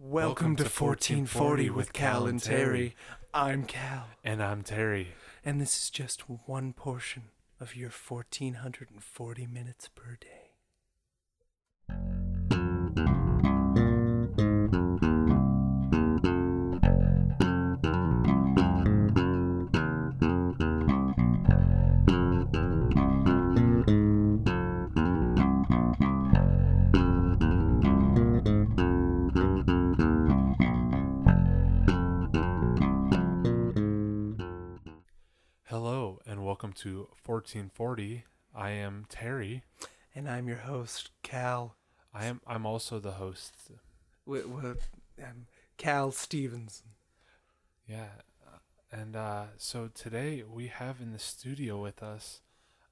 Welcome to 1440 with Cal and Terry. I'm Cal, And I'm Terry. and this is just one portion of your 1440 minutes per day. Hello and welcome to 1440. I am Terry. And I'm your host, Cal. I am I'm also the host. W- w- um, Cal Stevenson. Yeah. And uh, so today we have in the studio with us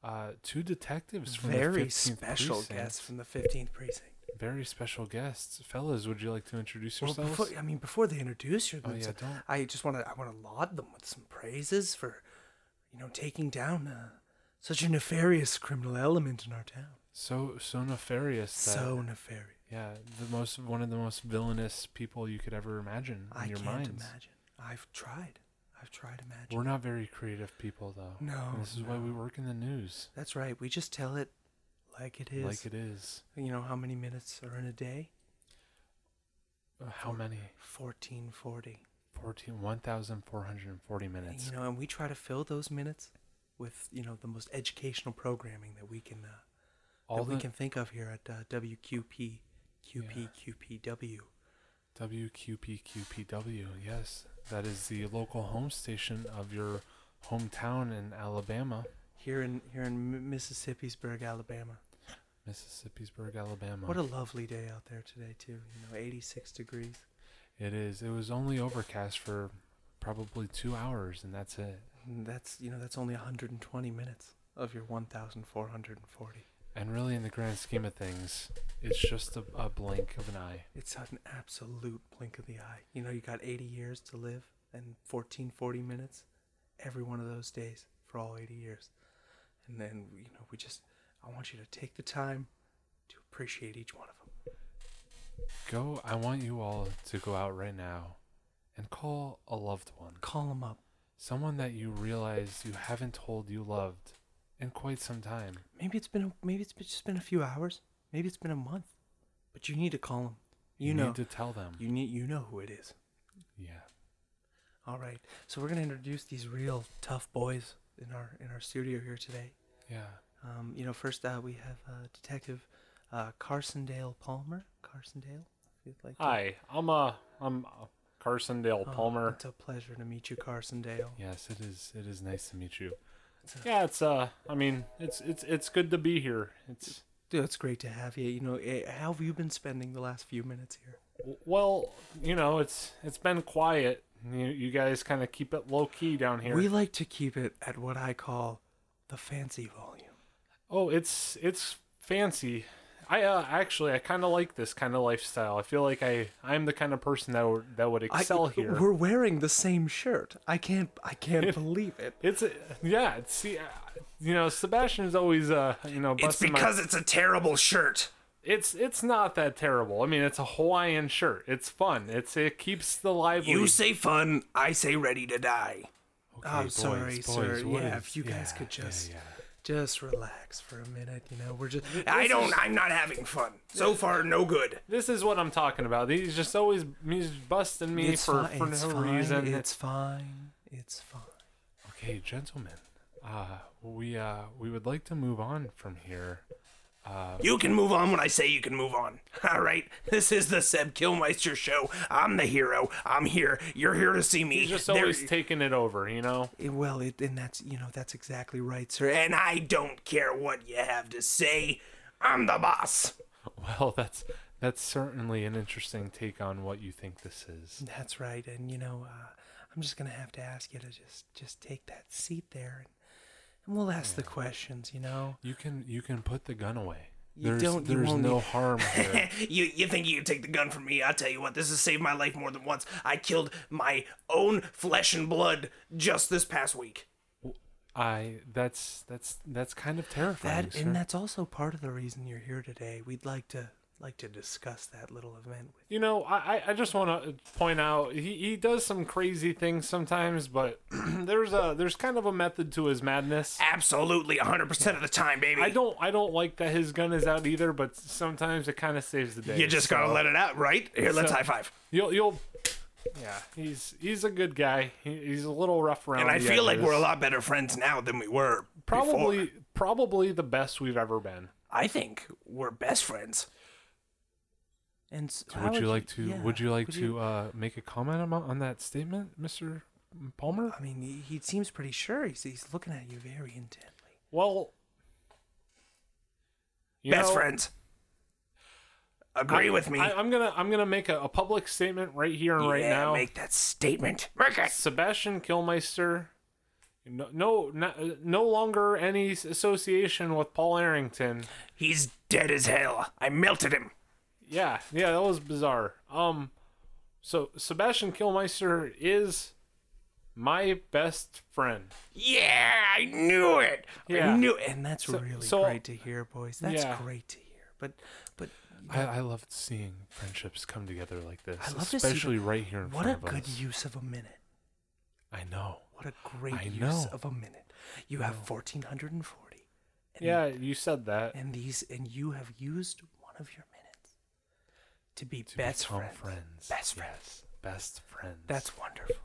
uh, two detectives from the Very 15th special precinct. guest from the 15th precinct. Very special guests. Fellas, would you like to introduce Well, yourselves? before, I mean, before they introduce you, oh yeah, so- don't. I just want to I want to laud them with some praises for, you know, taking down uh, such a nefarious criminal element in our town. So so nefarious. That, So nefarious. yeah, the most one of the most villainous people you could ever imagine in I your can't minds. imagine. I've tried. I've tried imagine. We're not very creative people, though. No, And this is why we work in the news. That's right. We just tell it like it is. Like it is. You know how many minutes are in a day? Uh, How many? 1440. 14, 1,440 minutes. You know, and we try to fill those minutes with, you know, the most educational programming that we can uh, All that we the can think of here at uh, WQP Yeah. QPQPW. WQPQPW. Yes. That is the local home station of your hometown in Alabama, Here in here in M- Mississippi'sburg, Alabama. Mississippi'sburg, Alabama. What a lovely day out there today too. You know, 86 degrees. it is. It was only overcast for probably two hours, and that's it. And that's you know that's only 120 minutes of your 1,440. And really, in the grand scheme of things, it's just a, a blink of an eye. It's an absolute blink of the eye. You know, you got 80 years to live and 14, 40 minutes every one of those days for all 80 years. And then, you know, we just, I want you to take the time to appreciate each one of them. Go, I want you all to go out right now and call a loved one, Call them up. someone that you realize you haven't told you loved in quite some time. Maybe it's been, a, maybe it's been- just been a few hours. Maybe it's been a month. But you need to call them. You, know, need to tell them. you need, you know who it is. yeah. All right. So we're going to introduce these real tough boys in our, in our studio here today. Yeah. Um, you know, first uh, we have uh, Detective uh, Carsondale Palmer. Carsondale, if you'd like. to- Hi, I'm uh, I'm uh, Carson Dale Oh, Palmer. It's a pleasure to meet you, Carsondale. Yes, it is it is nice to meet you. Yeah, it's uh, I mean, it's it's it's good to be here. It's Dude, it's great to have you. You know, eh, how have you been spending the last few minutes here? well, you know, it's it's been quiet. You you guys kind of keep it low key down here. We like to keep it at what I call the fancy volume. oh, it's it's fancy. I uh, actually I kind of like this kind of lifestyle. I feel like I I'm the kind of person that would, that would I- excel here. We're wearing the same shirt. I can't. I can't believe it. It's a, yeah. It's, see, uh, you know, Sebastian's always uh, you know, busting my it's a terrible shirt. it's it's not that terrible. I mean, it's a Hawaiian shirt. It's fun. It's it keeps the lively. say fun. I say ready to die. Okay, I'm sorry, sir. what Yeah, is- if you guys yeah, could yeah, just- yeah. just relax for a minute you know we're just i don't i'm not having fun so far no good this is what I'm talking about. He's just always he's busting me for fine, for no it's fine, reason. it's fine it's fine Okay, gentlemen. Uh we uh we would like to move on from here. Uh, You can move on when I say you can move on. All right, this is the Seb Killmeister show. I'm the hero. I'm here. You're here to see me. he's just There- always taking it over. You know. It- well it, and that's you know that's exactly right sir and and I don't care what you have to say. I'm the boss. Well, that's that's certainly an interesting take on what you think this is. that's right and you know uh, i'm just gonna have to ask you to just just take that seat there and, and we'll ask the questions you know You can you can put the gun away. You there's don't- you there's won't no need- harm here. You you think you can take the gun from me? I'll tell you what. This has saved my life more than once. I killed my own flesh and blood just this past week. I that's that's that's kind of terrifying. that sir. and that's also part of the reason you're here today we'd like to like to discuss that little event with. You know, I, I- I just want to point out he, he does some crazy things sometimes, but there's a there's kind of a method to his madness. Absolutely, 100% of the time, baby. I don't I don't like that his gun is out either, but sometimes it kind of saves the day. you just gotta so- let it out, right? Here, let's So- high five. You'll you'll yeah. He's he's a good guy. He, he's a little rough around. And I the feel like edges. we're a lot better friends now than we were. probably before. probably the best we've ever been. I think we're best friends. And s- how Would you like to? yeah, would you like to Uh, make a comment on, on that statement, Mister Palmer? I mean, he, he seems pretty sure. He's he's looking at you very intently. Well, you best know, friends. Agree I- with me. I, am gonna I'm gonna make a, a public statement right here and right Yeah, now. make that statement. Make it. Sebastian Kilmeister, no no not, no longer any s- association with Paul Arrington. He's dead as hell. I melted him. Yeah, yeah, that was bizarre. Um, so Sebastian Kilmeister is my best friend. Yeah, I knew it. Yeah. I knew it. And that's So- really so- great to hear, boys. That's Yeah. great to hear. But but I, I love seeing friendships come together like this, I love to see especially the- right here in what a front of good us. use of a minute. I know. What a great I use know. of a minute. You have 1440. And, Yeah, you said that. And these and you have used one of your minutes to be To best become friends. friends. Best friends. Yes, best friends. That's wonderful.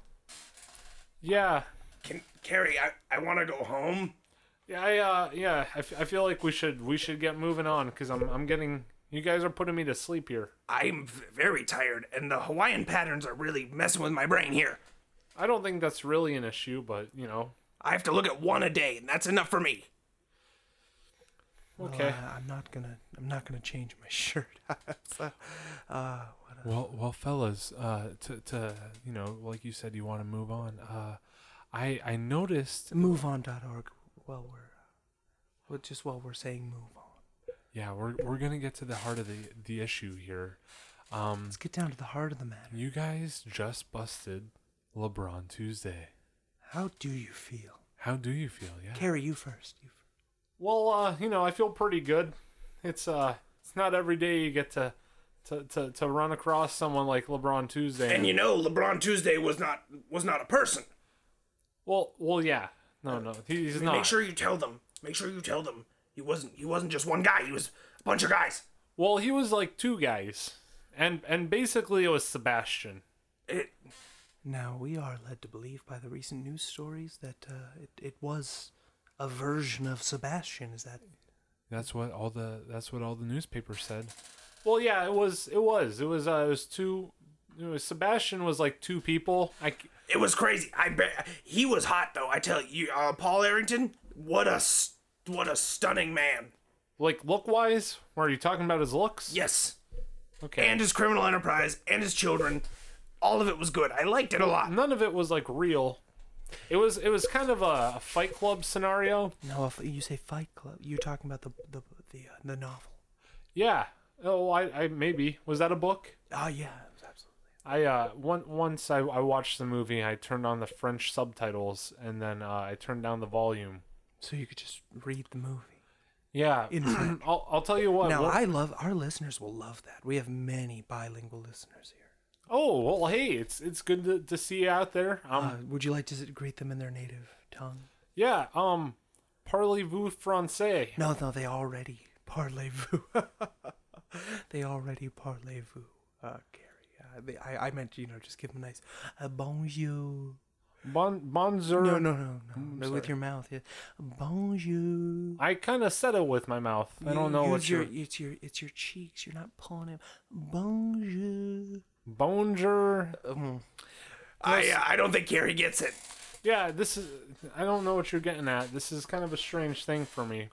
Yeah, Can Carrie, I, I want to go home. yeah, I, uh, yeah. I, f- I feel like we should we should get moving on because I'm I'm getting you guys are putting me to sleep here. I'm v- very tired, and the Hawaiian patterns are really messing with my brain here. I don't think that's really an issue, but you know, I have to look at one a day, and that's enough for me. okay. Well, I, uh, I'm not gonna. I'm not gonna change my shirt. so, uh, what a, well, well, fellas. Uh, to to you know, like you said, you want to move on. Uh, I I noticed. moveon.org. While we're, uh, well, just while we're saying move on, Yeah, we're we're gonna get to the heart of the the issue here. Um, let's get down to the heart of the matter. you guys just busted LeBron Tuesday. How do you feel? How do you feel? Yeah. Carrie, you first. You first. Well, uh, you know, I feel pretty good. It's uh, it's not every day you get to to to, to run across someone like LeBron Tuesday. And you know, LeBron Tuesday was not was not a person. well, well, yeah. No, no, he- he's not. Make sure you tell them. Make sure you tell them. He wasn't he wasn't just one guy. He was a bunch of guys. Well, he was like two guys, and and basically it was Sebastian. It, Now we are led to believe by the recent news stories that uh, it it was a version of Sebastian. Is that That's what all the that's what all the newspapers said. Well, yeah, it was. It was. It was. Uh, it was two. It was Sebastian was like two people. I c- it was crazy. I bet he was hot though. I tell you, uh, Paul Arrington. What a s- what a stunning man. like look wise. Were you talking about his looks? Yes, Okay. and his criminal enterprise and his children. All of it was good. I liked it a lot. none of it was like real. It was. It was kind of a, a Fight Club scenario. no? If you say Fight Club, you're talking about the the the, uh, the novel. Yeah. Oh, I, I maybe was that a book? Oh yeah, absolutely. I uh one, once I, I watched the movie. I turned on the French subtitles and then uh, I turned down the volume. So you could just read the movie. Yeah. In French. I'll, I'll tell you what. Now what- I love our listeners will love that. We have many bilingual listeners here. oh well, hey, it's it's good to, to see you out there. Um, Uh, would you like to s- greet them in their native tongue? yeah. Um, parlez-vous français? No, no, they already parlez-vous. they already parlez-vous, uh, Gary. Uh, they, I, I meant, you know, just give them a nice uh, bonjour. Bon bonjour. Mm, No, no, no, no. With your mouth. Yeah. Bonjour. I kind of said it with my mouth. I don't know Use what your, your It's your, it's your cheeks. You're not pulling it. Bonjour. bonjour. I uh, I don't think Gary gets it. Yeah, this is. I don't know what you're getting at. This is kind of a strange thing for me.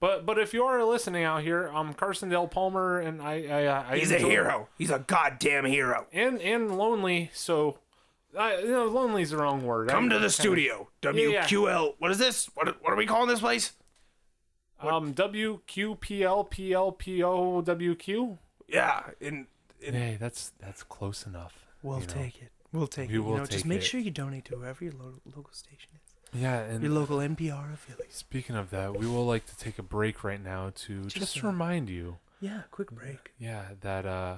But but if you are listening out here, um, Carson Del Palmer and I, I, I- I He's a enjoy- hero. He's a goddamn hero. and and lonely. So, I you know, lonely is the wrong word. Come I- to kinda- the studio. yeah. WQL. What is this? What, what are we calling this place? Um, W Q P L P L P O W Q. Yeah. In, in Hey, that's that's close enough. We'll you know. take it. We'll take We it. will you know, just take make it. sure you donate to whoever your lo- local station is. Yeah, and Your local NPR affiliate. Speaking of that, we will like to take a break right now to just, Just a- remind you Yeah, quick break. yeah that uh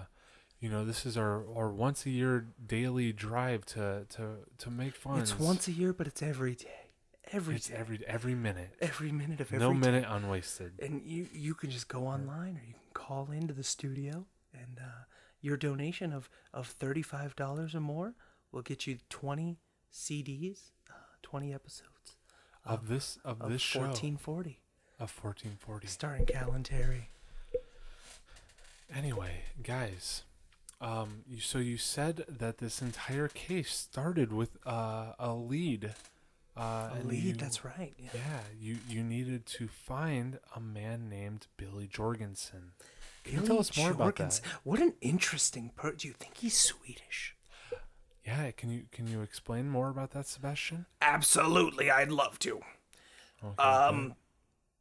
you know this is our our once a year daily drive to to to make fun It's once a year, but it's every day. Every it's day. every every minute every minute of every no day. minute unwasted and you you can just go online or you can call into the studio and uh, your donation of of thirty five dollars or more will get you twenty CDs, uh, twenty episodes of this of, of this fourteen forty, show of 1440 starring Cal and Terry. anyway guys um you, so you said that this entire case started with uh a lead uh A and lead, you- that's right. Yeah. yeah you you needed to find a man named billy jorgensen can you tell Billy us more about that Jorgensen. What an interesting per. Do you think he's Swedish? Yeah, can you can you explain more about that, Sebastian? Absolutely, I'd love to. Um,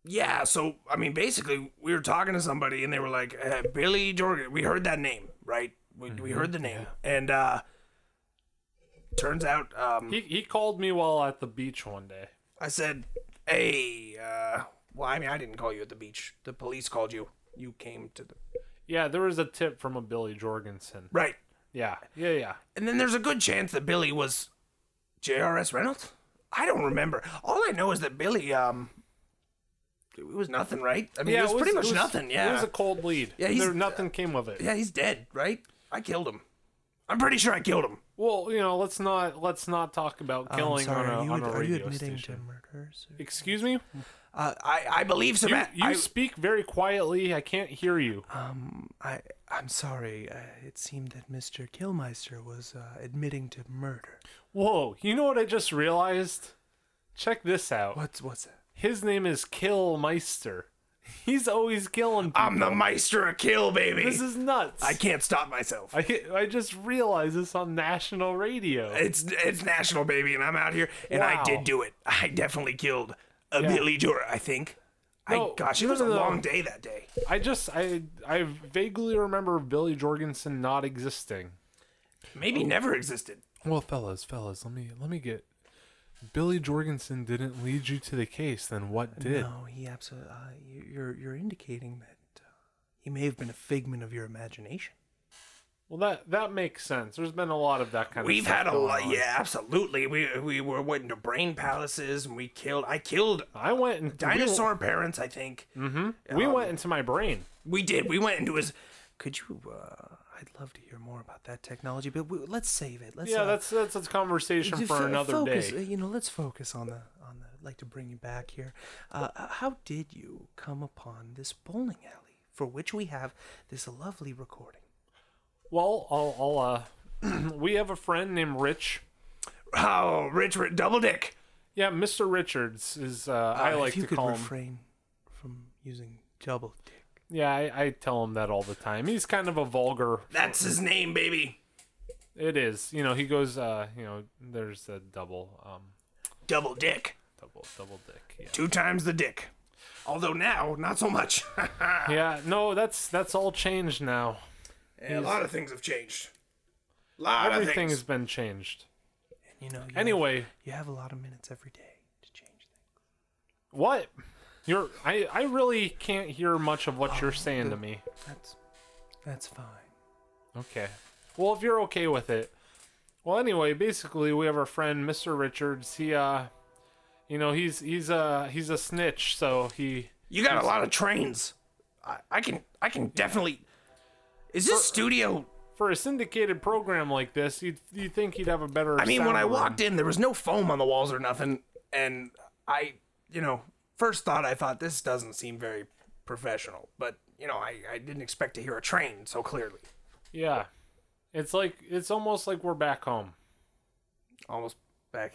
yeah. So I mean, basically, we were talking to somebody, and they were like, uh, "Billy Jordan." We heard that name, right? We, we heard the name, and uh, turns out, um, He, he called me while at the beach one day. I said, "Hey, uh, well, I mean, I didn't call you at the beach. The police called you. You came to the Yeah, there was a tip from a Billy Jorgensen. right." Yeah, yeah, yeah. And then there's a good chance that Billy was J.R.S. Reynolds. I don't remember. All I know is that Billy, um, it was nothing, right? I mean, yeah, it was, pretty much it was- nothing. Yeah, it was a cold lead. Yeah, he's- there, nothing came of it. yeah, he's dead, right? I killed him. I'm pretty sure I killed him. Oh, Well, you know, let's not let's not talk about Um, killing sorry, on a, are you, on ad- a are you radio admitting station. to murders? or- Excuse me. Uh, I I believe You, Sebastian. you I, speak very quietly. I can't hear you. Um, I I'm sorry. Uh, it seemed that Mr. Killmeister was uh, admitting to murder. Whoa! You know what I just realized? Check this out. What's what's that? His name is Kill Meister. He's always killing. People. I'm the Meister of Kill, baby. This is nuts. I can't stop myself. I, I just realized this on national radio. It's it's national, baby, and I'm out here, and I Wow. did do it. I definitely killed a Billy Jordan. I think. I No, gosh, it no, was no, a no. long day that day. I just I I vaguely remember Billy Jorgensen not existing. Oh. Maybe Oh. never existed. Well, fellas, fellas, let me let me get. Billy Jorgensen didn't lead you to the case. Then what did? No, he absolutely. Uh, you, you're you're indicating that uh, he may have been a figment of your imagination. Well, that that makes sense. There's been a lot of that kind We've of. stuff had a going lot. on. Yeah, absolutely. We we were went into brain palaces, and we killed. I killed I went and dinosaur parents. I think Um, We, we went into my brain. we did. We went into his. Could you? Uh, I'd love to hear more about that technology, but we, let's save it. Let's, Yeah, uh, that's that's a conversation f- for another focus, uh, day. You know, let's focus on the on the. I'd like to bring you back here. Uh, h- how did you come upon this bowling alley for which we have this lovely recording? Well, I'll, I'll uh, we have a friend named Rich. Oh, Rich, Rich double dick. Yeah, Mr. Richards is. Uh, Uh, I like if you to could call him. refrain from using double dick. Yeah, I, I tell him that all the time. He's kind of a vulgar. That's his name, baby. It is. You know, he goes. Uh, you know, there's a double. Um, Double dick. double, double dick. Yeah. Two times the dick. Although now, not so much. Yeah, no, that's that's all changed now. a lot of things have changed. lot of Everything things. has been changed. And, you know. You Anyway, have, you have a lot of minutes every day to change things. what? You're I I really can't hear much of what you're saying to the- me. Uh, That's that's fine. Okay. Well, if you're okay with it. Well, anyway, basically we have our friend Mr. Richards. He uh you know, he's he's uh he's a snitch, so he You got a lot of trains. I, I can I can definitely. Is this studio? for a syndicated program like this, you'd you think he'd have a better I mean, when I sound room. walked in, there was no foam on the walls or nothing, and I, you know, first thought I thought this doesn't seem very professional, but you know, I, I didn't expect to hear a train so clearly. Yeah. It's like it's almost like we're back home. Almost back.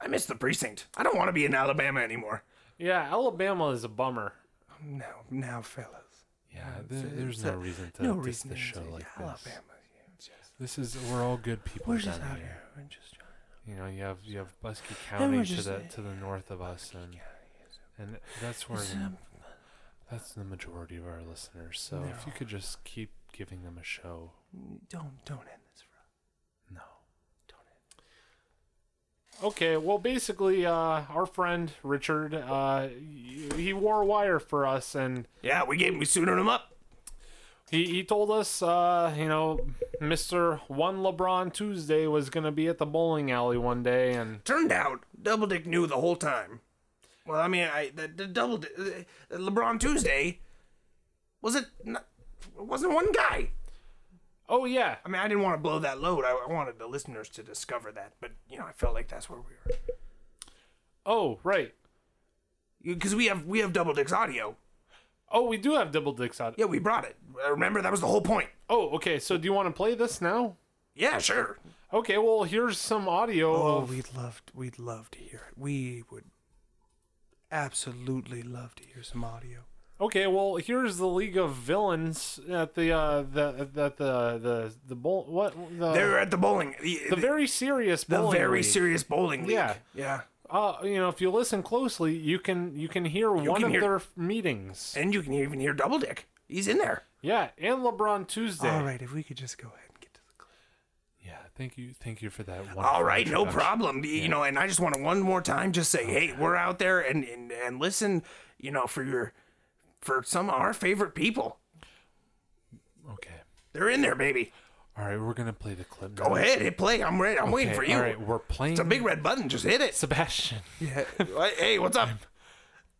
I miss the precinct. I don't want to be in Alabama anymore. Yeah, Alabama is a bummer. Now, now, fellas. Yeah, there, it's- there's it's no a- reason to no diss reason the to show say like Alabama. this. yeah, it's just- This is we're all good people We're down just out here. here. We're just trying. You know, you have you have Buskey we're County to just- the to the north of us, and and that's where the- that's the majority of our listeners. So if you could just keep giving them a show, Mm. Don't don't end this for us. no. Don't end. Okay, well, basically, uh, our friend Richard, uh, he, he wore a wire for us, and Yeah, we gave him, we suited him up. he, he told us, uh, you know, Mr. One LeBron Tuesday was going to be at the bowling alley one day, and Turned out, Double Dick knew the whole time. Well, I mean, I the, the Double Dick, uh, LeBron Tuesday, was it? Not, it wasn't one guy. oh, yeah, I mean, I didn't want to blow that load. I, I wanted the listeners to discover that, but you know, I felt like that's where we were. oh, right. Because we have we have Double Dick's audio. Oh, we do have double dicks out. Yeah, we brought it. Uh, Remember, that was the whole point. Oh, okay, so do you want to play this now? Yeah, sure. Okay, well, here's some audio Oh, of. we'd love to, we'd love to hear it. We would absolutely love to hear some audio. Okay, well, here's the League of Villains at the uh, the at the the the bowl. What the they were at the bowling. The, the very serious the bowling very league. serious bowling league. Yeah. yeah. uh, you know if you listen closely you can you can hear one can of hear- their f- meetings And you can even hear Double Dick. He's in there. yeah and lebron tuesday All right, if we could just go ahead and get to the clip. Yeah, thank you, thank you for that. wonderful All right, no introduction. problem. You know, and I just want to one more time just say, hey, we're out there and, and and listen, you know, for your for some of our favorite people. Okay, They're in there, baby. all right, we're gonna play the clip. Go ahead, hit play. I'm ready. I'm waiting for you. All right, we're playing. It's a big red button. Just hit it. Sebastian. Yeah. hey, what's up?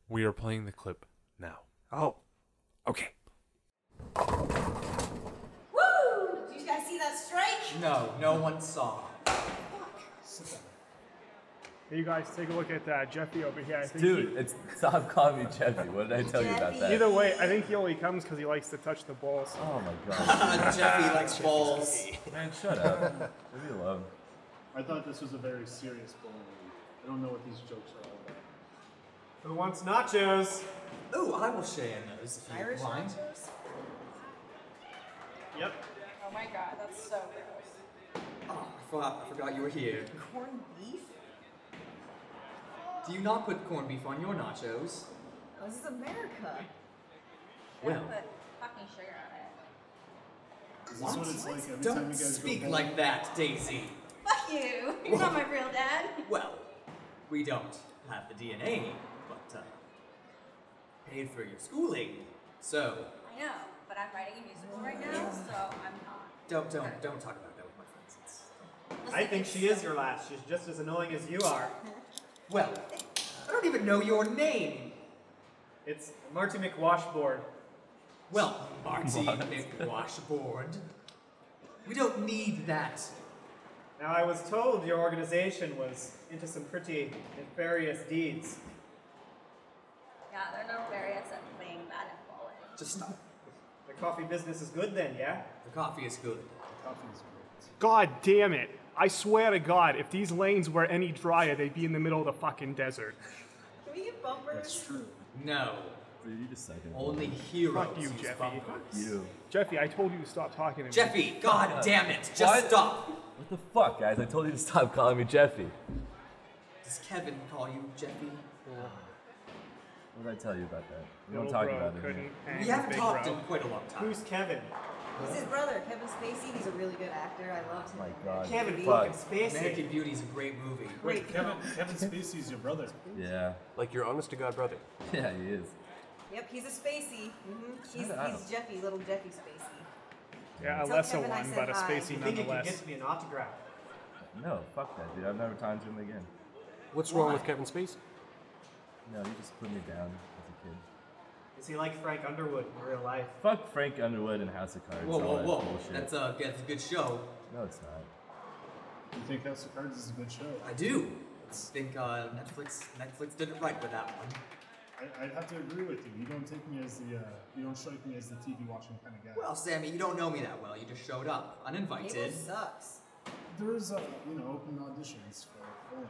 We are playing the clip now. Oh, okay. Woo! Did you guys see that strike? No, no one saw. Hey, you guys take a look at uh, Jeffy over here. I think Dude, it's stop calling me Jeffy. What did I tell you about he- that? either way, I think he only comes because he likes to touch the ball. So Oh my god. Jeffy likes balls. Man, shut up. Leave me alone. I thought this was a very serious bowling league. I don't know what these jokes are all about. who wants nachos? Ooh, I will share those if you Irish mind. dancers? Yep. Oh my god, that's so gross. I forgot, I forgot you were here. Corned beef? Do you not put corned beef on your nachos? Oh, this is America. Well, Put fucking sugar on Is this what it's like every time you don't guys go speak bowling? like that, Daisy. it. Fuck you! You're not my real dad. Well, we don't have the DNA, but uh, paid for your schooling, so I know, but I'm writing a musical right now, so I'm not. don't don't don't talk about that with my friends. It's, Listen, it's so- last. She's just as annoying as you are. well, I don't even know your name. It's Marty McWashboard. Well, Marty McWashboard. We don't need that. Now, I was told your organization was into some pretty nefarious deeds. Yeah, they're not very at playing that in bowling. Just stop. The coffee business is good then, yeah? The coffee is good. God damn it. I swear to God, if these lanes were any drier, they'd be in the middle of the fucking desert. Can we get bumpers? No. Dude, you decided. Only heroes Fuck you, use Jeffy. bumpers. You. Jeffy, I told you to stop talking to me. Jeffy, god damn it, just What? stop. What the fuck, guys? I told you to stop calling me Jeffy. Does Kevin call you Jeffy? Ah. What did I tell you about that? We don't Little talk bro about it. couldn't here. hang We with haven't big talked bro. in quite a long time. Kevin? He's his brother, Kevin Spacey. He's a really good actor. I loved him. Oh My god. Kevin fuck. American Beauty is a great movie. Great. Kevin, Kevin Spacey's your brother. Yeah. Like your honest to God brother. Yeah, he is. Yep, he's a Spacey. hmm He's, up. he's Jeffy, little Jeffy Spacey. Yeah, a Tell lesser Kevin I one, said but a hi. spacey nonetheless. me an autograph? No, fuck that, dude. I've never talked to him again. What's wrong with Kevin Spacey? No, he just put me down as a kid. Is he like Frank Underwood in real life? Fuck Frank Underwood and House of Cards. Whoa, all whoa, that whoa. bullshit. That's uh, a, that's a good show. No, it's not. You think House of Cards is a good show? I do. I think uh, Netflix Netflix did it right with that one. I, I'd have to agree with you. You don't take me as the, uh, you don't strike me as the TV watching kind of guy. Well, Sammy, you don't know me that well. You just showed up Mabel uninvited. sucks. There's, uh, you know, open auditions for bowling.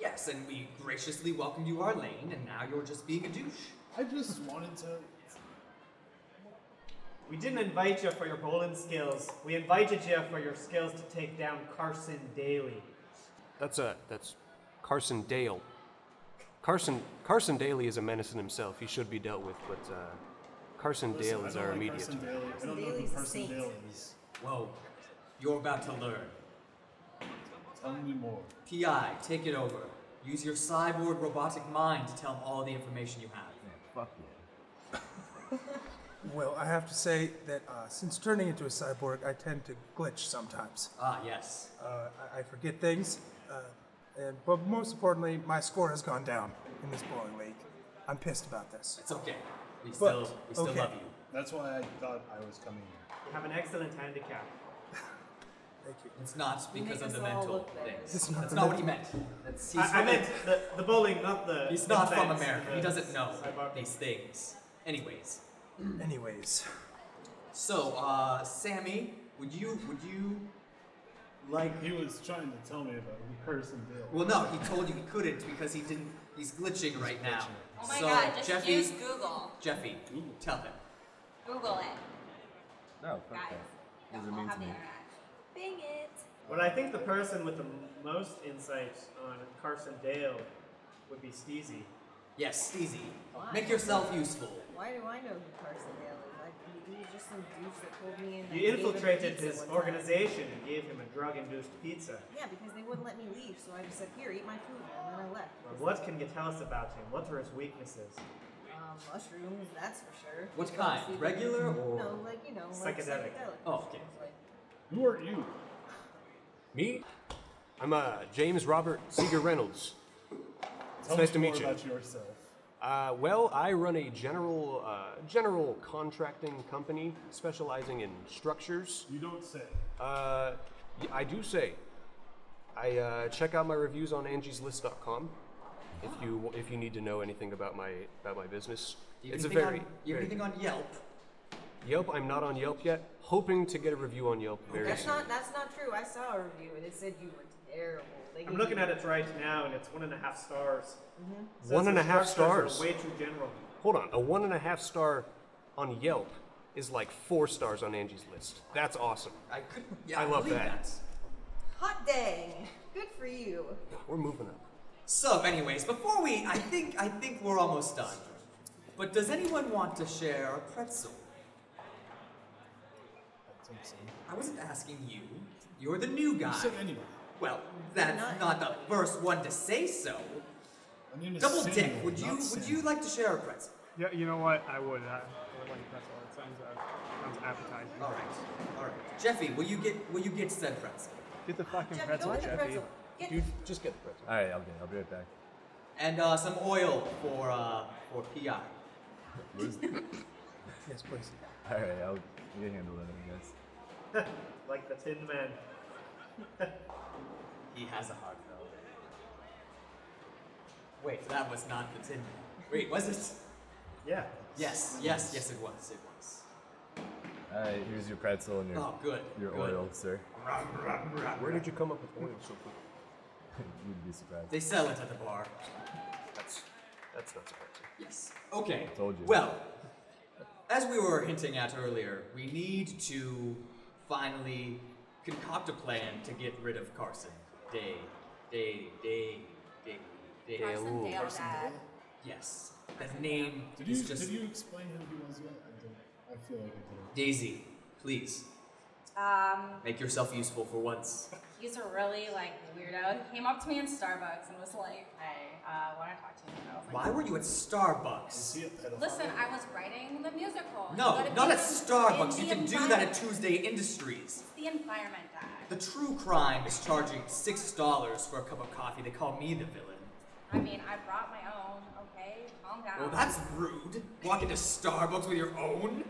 Yes, and we graciously welcomed you our lane, and now you're just being a douche. I just wanted to We didn't invite you for your bowling skills. We invited you for your skills to take down Carson Daly. That's uh that's Carson Dale. Carson Carson Daly is a menace in himself. He should be dealt with, but uh, Carson Listen, Dale I is don't our like immediate. Carson Daly. I don't know Daly's who a Carson saint. Daly is. Whoa, you're about to learn. Tell me more. PI, take it over. Use your cyborg robotic mind to tell him all the information you have. fuck Well, I have to say that uh, since turning into a cyborg, I tend to glitch sometimes. Ah, yes. Uh, I, I forget things, uh, and, but most importantly, my score has gone down in this bowling league. I'm pissed about this. It's okay. We But- still, we still okay. love you. That's why I thought I was coming here. You have an excellent handicap. Thank you. It's not You because make of the us all mental look better. things. It's not That's the not what he meant. mental- That's, he's I, I from- meant the, the bowling, not the. He's not from defense, America. He the- doesn't know cyborg. these things. Anyways, Anyways, so uh, Sammy, would you would you like? He was trying to tell me about Carson Dale. Well, no, he told you he couldn't because he didn't. He's glitching right now. Oh my so, god, just Jeffy, use Google. Jeffy, tell him. Google it. No, fuck Guys, that. Don't Doesn't mean have to the me. internet. Bing it. But I think the person with the m- most insight on Carson Dale would be Steezy. Yes, Steezy, Why? make yourself useful. Why do I know who Carson Dale is? Like, he- he was just some dudes that pulled me in. and I You gave him infiltrated pizza his one time. organization and gave him a drug induced pizza. Yeah, because they wouldn't let me leave, so I just said, here, eat my food, and then I left. But What can you tell us about him? What are his weaknesses? Um, mushrooms, that's for sure. What Obviously, kind? like- Regular or- No, like, you know, like Psychedelic. psychedelic Oh, okay. mushrooms, like- Who are you? Me? I'm uh, James Robert Seeger Reynolds. It's nice us to meet more you. about yourself. Uh, well, I run a general uh, general contracting company specializing in structures. You don't say. Uh, y- I do say. I uh, check out my reviews on Angie'sList.com. If you if you need to know anything about my about my business, Do you it's a have anything very on- do you have very- anything on Yelp? Yelp. I'm not on Yelp yet. Hoping to get a review on Yelp very That's soon. not, that's not true. I saw a review, and it said you were terrible. They I'm gave looking you- at it right now and it's one and a half stars. Says One and his a half structures are stars. Way too general. Hold on, a one and a half star on Yelp is like four stars on Angie's List. That's awesome. I could. Yeah, I love believe that. Hot dang! Good for you. We're moving up. So, anyways, before we, I think I think we're almost done. But does anyone want to share a pretzel? I wasn't asking you. You're the new guy. said anyone. Well, that's not, the first one to say so. I mean, Double Sam, Dick, would you not would Sam. you like to share a pretzel? Yeah, you know what? I would. uh, I would like pretzel. It sounds, uh, sounds appetizing. All right, all right. Jeffy, will you get will you get said pretzel? Get the fucking Jeffy, pretzel, go get the Jeffy. pretzel. Get Dude, just get the pretzel. All right, I'll get it. I'll be right back. And uh, some oil for uh, for PI. yes, please. All right, I'll you can handle it, I guess. like the Tin Man. He has a hard though. Wait, that was not the tin. Wait, was it? Yeah. Yes, yes, yes, it was. It was. All right, here's your pretzel and your Oh, good, your good. oil, sir. Where did you come up with oil so quick? You'd be surprised. They sell it at the bar. That's that's not surprising. Yes. Okay. Told you. Well, as we were hinting at earlier, we need to finally concoct a plan to get rid of Carson. Day, day, day, day, day. Carson Dale, Carson Dad. Dale. Yes. That name Did you, is just did you explain who he was yet? I didn't. I feel like I didn't. Daisy. Please Um, make yourself useful for once. he's a really like weirdo. He came up to me in Starbucks and was like, "Hey, uh, want to talk to you?" And I was like, Why were you at Starbucks? Listen, I was writing the musical. You No, gotta not be at Starbucks. in You the can do that at environment. Tuesday Industries. It's the environment, Dad. The true crime is charging six dollars for a cup of coffee. They call me the villain. I mean, I brought my own. Okay, calm down. Well, that's rude. Walk into Starbucks with your own.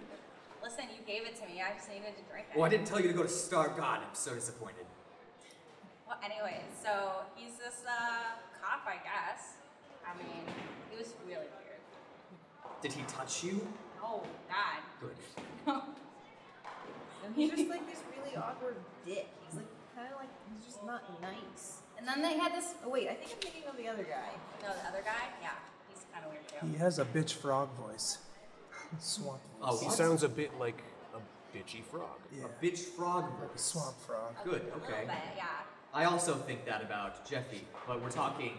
Listen, you gave it to me. I just needed to drink it. Well, I didn't tell you to go to Star. God, I'm so disappointed. Well, anyways, so he's this uh, cop, I guess. I mean, he was really weird. Did he touch you? Oh God. Good. And he's just like this really awkward dick. He's like kind of like he's just not nice. And then they had this. Oh wait, I think I'm thinking of the other guy. No, the other guy. Yeah, he's kind of weird too. He has a bitch frog voice. Swamp voice. Oh, he sounds a bit like a bitchy frog. A bitch frog voice. Swamp frog. Good. A little Okay. bit, yeah. I also think that about Jeffy, but we're talking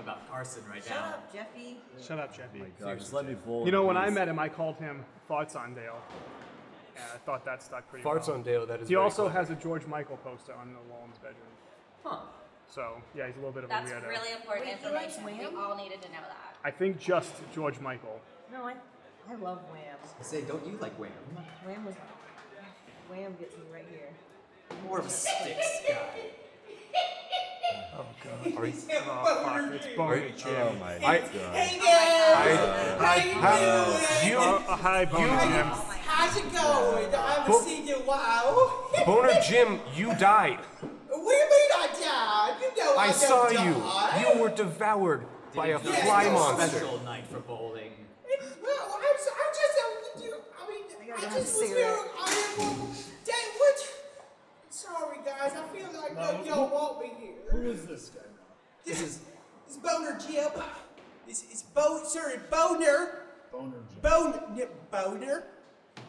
about Carson right Shut now. up, Jeffy. Shut up, Jeffy. Oh God, just let me blow. You know, it, when I please. met him, I called him Thoughts on Dale. And I thought that stuck pretty Farts well. on Dale. That is. He very also clever. has a George Michael poster on the wall in his bedroom. Huh. So yeah, he's a little bit of That's a weirdo. really important Wait, he likes information. We all needed to know that. I think just George Michael. No, I, I love Wham. I say, don't you like Wham? Wham was. Wham gets me right here. More of a sticks guy. Oh god. Are you- oh, fuck, it's Boney Jim. oh my I, God. Hey, guys. I- How you you, uh, hi, Boney Jim. How's it going? I haven't Bo- seen you in a while. Boner Jim, you died. What do you mean I died? You know I, I don't saw die. you. You were devoured by a you know fly it's a monster. Special night for bowling. It's, well, I'm, s- I'm just, uh, you, I mean, I, have just was cigarette. here. I am, uh, dang, what? Sorry, guys. I feel like none of y'all want me here. Who is this guy? This is this is Boner Jim. This is Bo. Sorry, Boner. Boner Jim. Boner. n- Boner.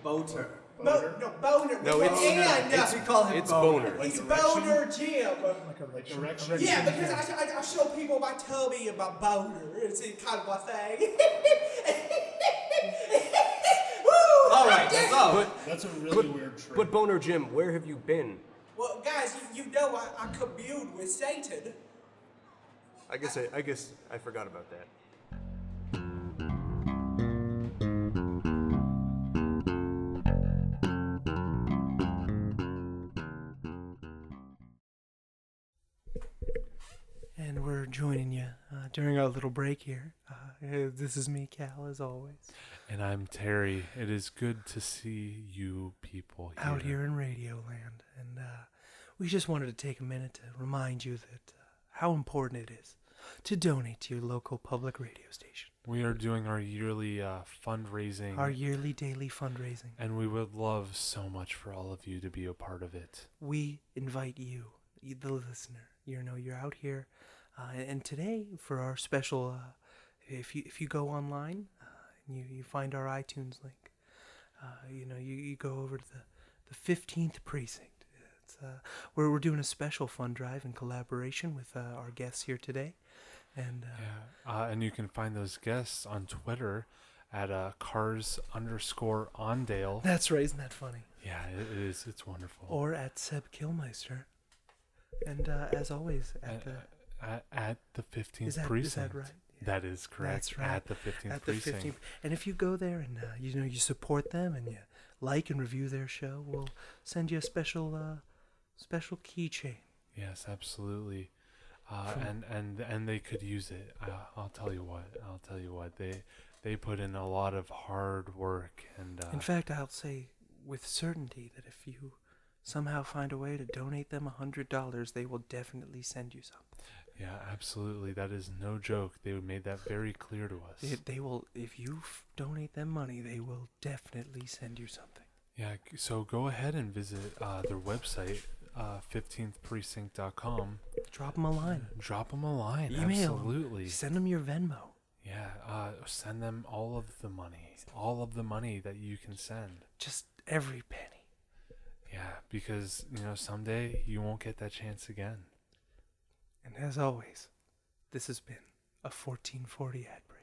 Boater. Bo, no, Boner. No, it's- and, uh, it's- We call him it's Boner. Boner. It's Like erection? Boner Jim. Like a erection. Yeah, because I, I, I show people my tummy and my boner. It's kind of my thing. Woo! All right, Dang. but, That's a really weird trick. but Boner Jim, where have you been? Well, guys, you, you know I, I commune with Satan. I guess I, I guess I forgot about that. And we're joining you uh, during our little break here. Uh, uh, this is me, Cal, as always, And I'm Terry. It is good to see you people here. out here in Radio Land. And uh, we just wanted to take a minute to remind you that uh, how important it is to donate to your local public radio station, We are doing our yearly uh, fundraising. our yearly daily fundraising. and we would love so much for all of you to be a part of it. we invite you, you- the listener. You know, you're out here, uh, and, and today for our special, uh, if you if you go online, uh, and you you find our iTunes link, uh, you know, you, you go over to the the fifteenth precinct. It's uh, where we're doing a special fund drive in collaboration with uh, our guests here today, and uh, Uh, and you can find those guests on Twitter at uh, cars underscore ondale. that's right. Isn't that funny? Yeah, it it is. It's wonderful. Or at Seb Kilmeister, and uh, as always at the. at, at the 15th Is that- is that precinct. right? That is correct. That's right. At the 15th At the precinct. 15th And if you go there and uh, you know you support them and you like and review their show, we'll send you a special uh, special keychain. Yes, absolutely. Uh, From- and and and they could use it. Uh, I'll tell you what. I'll tell you what. They they put in a lot of hard work and uh, In fact, I'll say with certainty that if you somehow find a way to donate them a hundred dollars, they will definitely send you something. yeah, absolutely. That is no joke. They made that very clear to us. They, they will if you f- donate them money, they will definitely send you something. Yeah, g- so go ahead and visit uh, their website, uh, 15thprecinct.com. Drop them a line. Drop them a line. Email 'em. Absolutely. Send them your Venmo. Yeah, uh, send them all of the money. All of the money that you can send. Just every penny. Yeah, because, you know, someday you won't get that chance again. And as always, this has been a 1440 ad break.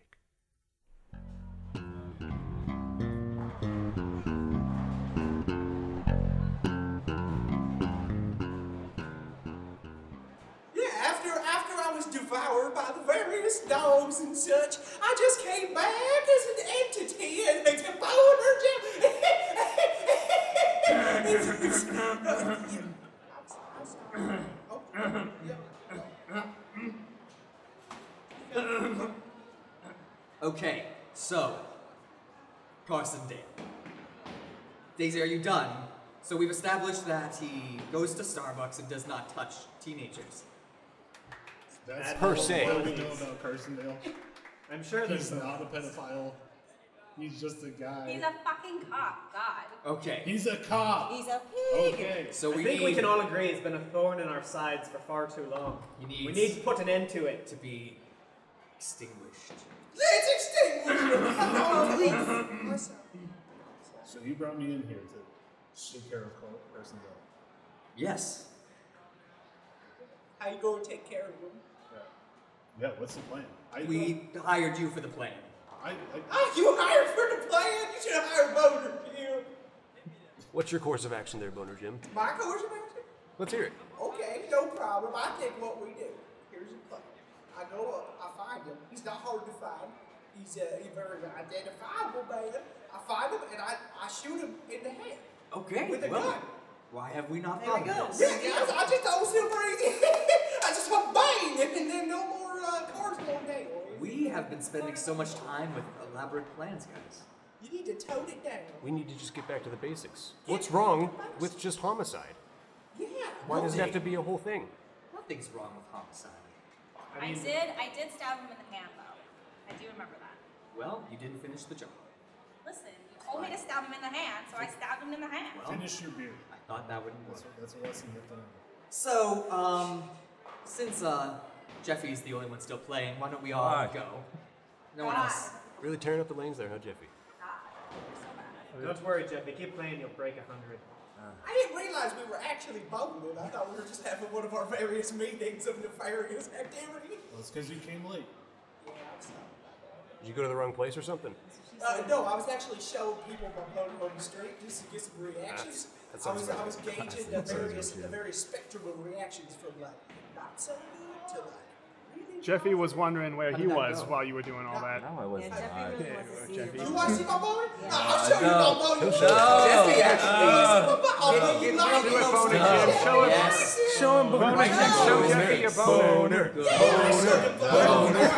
Yeah, after after I was devoured by the various dogs and such, I just came back as an entity and the boner Jim. It's- it's- Oh. Okay, so Carson Dale. Daisy, are you done? So we've established that he goes to Starbucks and does not touch teenagers. That's Per all- se. What do we know about Carsondale? I'm sure he's not a pedophile. He's just a guy. He's a fucking cop. God. Okay. He's a cop. He's a pig. Okay. So I we think we need- can all agree it's been a thorn in our sides for far too long. we need to put an end to it. To be extinguished. Let's extinguish it. Please. So you brought me in here to take care of Car- Carsondale. Yes. How you gonna take care of him? Yeah. What's the plan? I we hired you for the plan. I, I, Oh, you hired for the plan. You should have hired Boner Jim. What's your course of action there, Boner Jim? My coercion action? Let's hear it. Okay, no problem. I think what we do. Here's the plan. I go up. I find him. He's not hard to find. He's a, a very identifiable man. I find him and I, I shoot him in the head. Okay, With a well, gun. why have we not There thought we go. of this? Yeah, yeah, I just I was so crazy. I just went bang, and then no more uh, cars going down. We have been spending so much time with elaborate plans, guys. You need to tone it down. We need to just get back to the basics. What's wrong with just homicide? Yeah. Why does it have to be a whole thing? Nothing's wrong with homicide. I did. I did stab him in the hand, though. I do remember that. Well, you didn't finish the job. Listen, you told me to stab him in the hand, so I stabbed him in the hand. Finish your beer. I thought that wouldn't work. That's a lesson you have to learn. So, um, since uh, Jeffy's the only one still playing, why don't we all Alright. go? No one else. Really tearing up the lanes there, huh, Jeffy? Don't worry, Jeffy. Keep playing. You'll break a hundred. I didn't realize we were actually bonded. I thought we were just having one of our various meetings of nefarious activity. Well, it's because you came late. Did you go to the wrong place or something? Uh, no, I was actually showing people my photo on the street just to get some reactions. That's- that I was sounds I was right. gauging the That sounds various right, the yeah. various spectrum of reactions from like not so good to like Jeffy was wondering where How he did that was go? while you were doing all that. No, I wasn't. You want to see my body? I'll show No. you my body. He'll show you. Jeffy actually- I'll Get- show you get my body. rid of your boner, Jim. Show him- Yes. Show him boner. Show Jeffy your boner. Boner.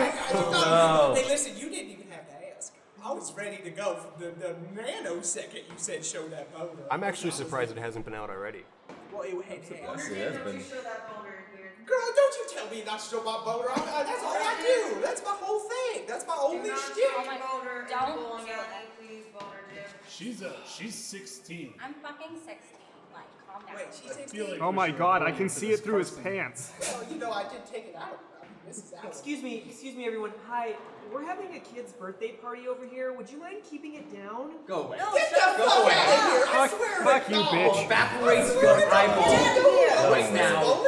Hey, listen, you didn't even have to ask. I was ready to go from the, the nanosecond you said show that boner. I'm actually surprised it hasn't been out already. Well, it had surprised it has Don't you been. show that boner here. Girl, don't you tell me not to show my boner. I, I, that's all I do. That's my whole thing. That's my only shit. Oh my god. Don't. feel that. She's a she's 16. I'm fucking 16. Like, calm down. Wait, she's feel 16? like Oh my Sure, god, I going can for see this it through his person. pants. Well, you know, I did take it out. I mean, this is out. Excuse me, excuse me, everyone. Hi, we're having a kid's birthday party over here. Would you mind keeping it down? Go away. Get the fuck out of here. I swear. Fuck you, bitch. Evaporate your eyeball right now.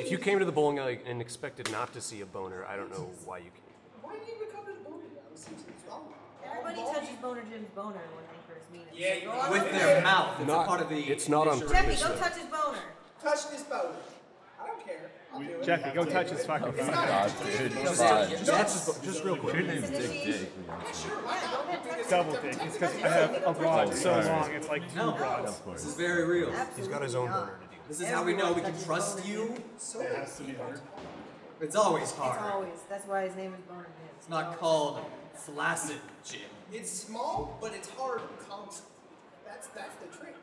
If you came to the bowling alley and expected not to see a boner, I don't know why you came. Why did you even come to the boner? I was thinking, oh, Everybody touches Boner Jim's boner when they first meet him. Yeah, So you go know. on With over their there. mouth. It's a Not- part of the. it's not on facial Jeffy, purpose, go though. touch his boner. Touch this boner. I don't care. I'll do it. Jeffy, go touch his fucking phone. Just, just, just, just real quick. Double dick. It's because I have a rod so long, it's like two rods. This is very real. He's got his own boner to do. This is how we know we can trust you. So it has to be hard. It's always It's hard. always. That's why his name is Boner Jim. It's not called flaccid, Jim. It's small, but it's hard constantly. That's that's the trick.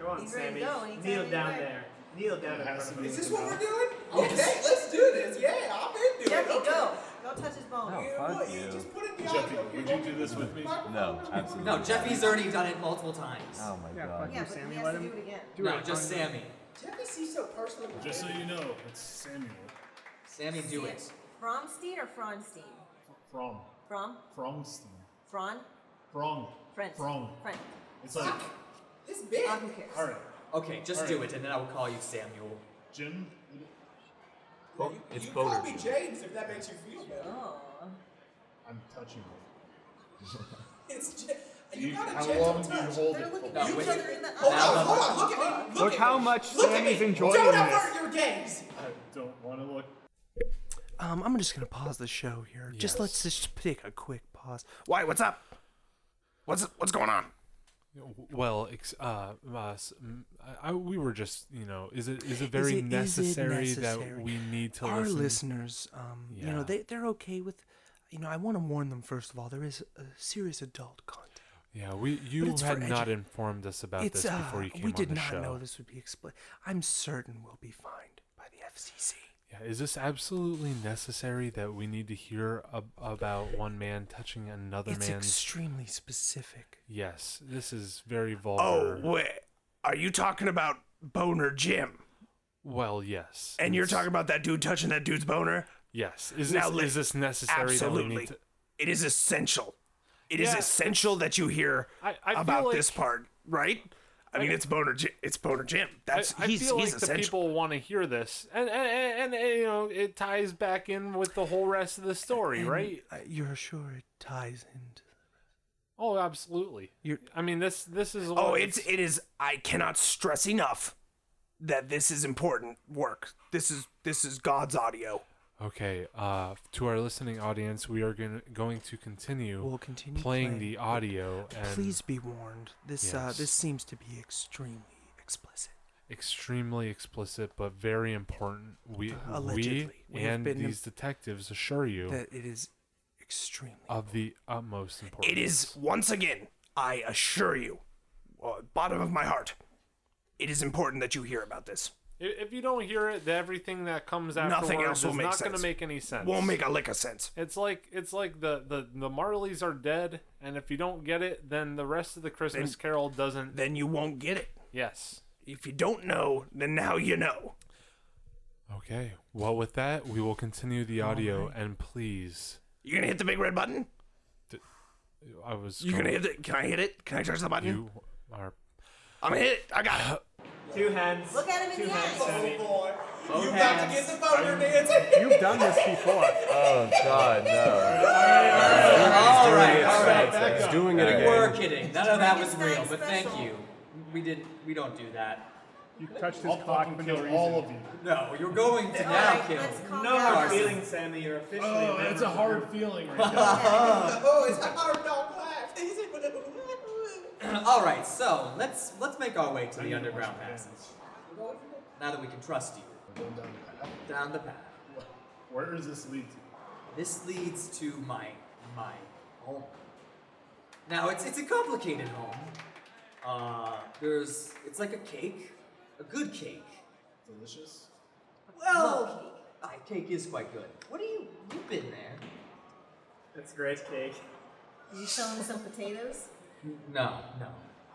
Go on, He's ready Sammy. to go. He's Kneel ready to down work. there. Kneel down in front of me. Is this what we're doing? Okay, let's do this. Yeah, I'm into Jeffy, it. Okay. go. Go touch his boner. Oh, fuck you. Jeffy, would you do this with me? No, absolutely. No, not. Jeffy's already done it multiple times. Oh my god. Yeah, but he has to do it again. No, just Sammy. Jeffy seems so personal. Just so you know, it's Samuel. Sammy, do it. Fromstein or Fronstein? From. From? Fromstein. Fron? From. French. From. French. It's like, This big. I don't care. alright. Okay, just All do right. it, and then I will call you Samuel. Jim? Oh, Bo- it's You boner. call me James if that makes you feel better. I'm touching her. It's J- Do you you- got a how gentle long do you touch. hold it for? No, You wait. took- Now Hold the- on, hold on. Look at me. Look at how me. much Look at Sammy's me. enjoying Don't this. avert your gaze. I don't want to look. Um, I'm just gonna pause the show here. Just let's just take a quick pause. Why? What's up? What's what's going on? Well, ex- uh, uh, s- m- I, I- we were just, you know, is it is it very Is it- is it necessary, necessary? that we need to Our listen? listeners, um, you know, Yeah. they they're okay with. You know, I want to warn them first of all. There is a serious adult content. yeah, we you it's for had not edu- informed us about It's, this before uh, you came we on did the not show. know this would be explained. I'm certain we'll be fined by the FCC. Yeah, is this absolutely necessary that we need to hear ab- about one man touching another It's man's? extremely specific. yes, this is very vulgar. Oh, wait. Are you talking about Boner Jim? Well, yes. And you're It's- talking about that dude touching that dude's boner? Yes. Is Now this li- is this necessary? that we Absolutely. need to- It is essential. It is Yeah. essential that you hear I- I feel about like- this part, right? I, mean, it's boner. Ji- It's boner Jim. That's I, I he's, feel he's like the essential. people want to hear this, and and, and and you know it ties back in with the whole rest of the story, And, right? uh, you're sure it ties into. Oh, absolutely. You're- I mean, this this is. oh, what it's it is. I cannot stress enough that this is important work. This is this is God's audio. Okay, uh, to our listening audience, we are gonna, going to continue, We'll continue playing, playing. the audio. And Please be warned. This uh, Yes. this seems to be extremely explicit. extremely explicit, but very important. Uh, We, we, Allegedly. We have and been- these detectives assure you That it is extremely of the utmost importance. It is once again, I assure you, uh, bottom of my heart, it is important that you hear about this. If if you don't hear it, then everything that comes afterwards Nothing else will is make not sense. going to make any sense. Won't make a lick of sense. It's like it's like the, the the Marleys are dead, and if you don't get it, then the rest of the Christmas Then- Carol doesn't. Then you won't get it. Yes. If you don't know, then now you know. Okay. Well, with that, we will continue the audio, and please. You gonna hit the big red button? I was. You gonna going- hit it? Can I hit it? Can I touch the button? You are. Uh, I'm gonna hit it. I got it. Two hands. Look at him in Two the hands, eye. Sammy. Both You about to hands. get the boner, I'm- Nancy. You've done this before. Oh God, no. all doing right, it. all right. Back He's up. doing it Back again. up. We were kidding. None of that was Frankenstein real, but thank special. you. We did. We don't do that. You touched his cock for no kill all reason. No, you're going to All now right, kill. let's calm No down. hard feelings, Sammy. You're officially a Oh, that's member a of the hard group. feeling right now. oh, it's a hard dog laugh. all right, so let's let's make our way to the underground passage. Now that we can trust you. Down the path. Where does this lead to? This leads to my my home. Now it's it's a complicated home. Uh, there's it's like a cake, a good cake. Delicious. Well, I Ah, cake is quite good. What do you? You've been there. It's great cake. Did you show him some potatoes? No, no.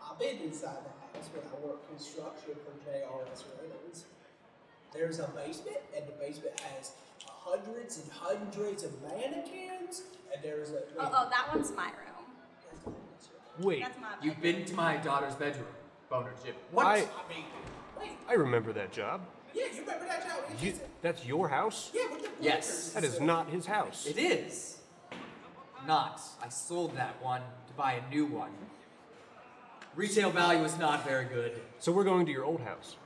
I've been inside the house when I worked construction for JRS Reynolds. There's a basement, and the basement has hundreds and hundreds of mannequins, and there's a. Although that one's my room. Wait, That's my You've been to my daughter's bedroom. Boner Jim. What? I, Wait, I remember that job. yeah, you remember that job? You, that's your house? Yeah, with the Yes. That is not his house. It is. Not. I sold that one to buy a new one. Retail value is not very good. So we're going to your old house.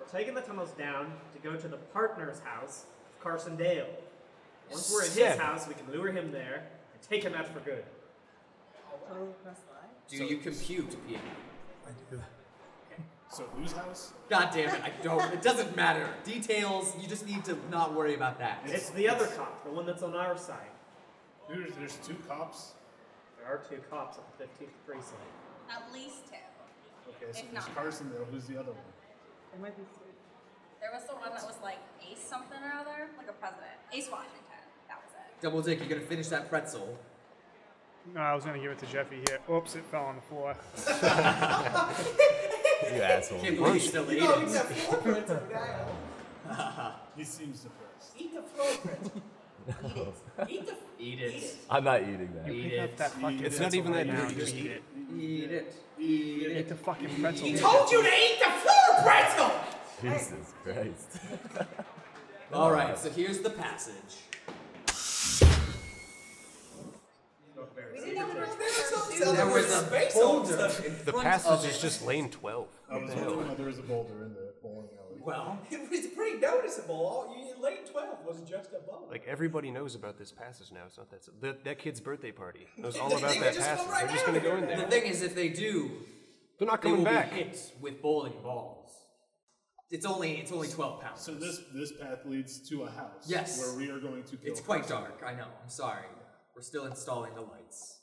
We're taking the tunnels down to go to the partner's house, Carson Dale. Once we're at his Seven. house, we can lure him there and take him out for good. Oh, that's live. Do you compute, Peter? I do. So whose house? God damn it, I don't. It doesn't matter. Details, you just need to not worry about that. It's, the other cop, the one that's on our side. There's, there's two cops. There are two cops at the 15th precinct. At least two. Okay, so If there's not. Carson there. Who's the other one? There might be three. There was the one that was like Ace something or other, like a president. Ace Washington. That was it. Double dick, you're gonna finish that pretzel. No, I was gonna give it to Jeffy here. Oops, it fell on the floor. You asshole. Can't believe you still ate it. He seems depressed. Eat the floor, Prince. Eat the. Eat it. I'm not eating that. You Eat pick up it. that fucking It's not pretzel even right that now. big. Just Eat eat it. Eat it. Eat it. Eat the fucking pretzel. He told you to eat the floor, pretzel. Jesus Christ. Alright, so here's the passage. We didn't have enough There was a boulder. in The front of passage is it. just lane 12. I was wondering why there was a boulder in the bowling alley. Well, It was pretty noticeable. You- Late 12 was just above. Like everybody knows about this passage now. It's not that that, that kid's birthday party. It was all about They that just passage. go right They're just down gonna go in The there. thing is, if they do, They're not they coming will back. be hit with bowling balls. It's only it's only twelve pounds. So this this path leads to a house. Yes. Where we are going to kill. It's quite dark. I know. I'm sorry. We're still installing the lights.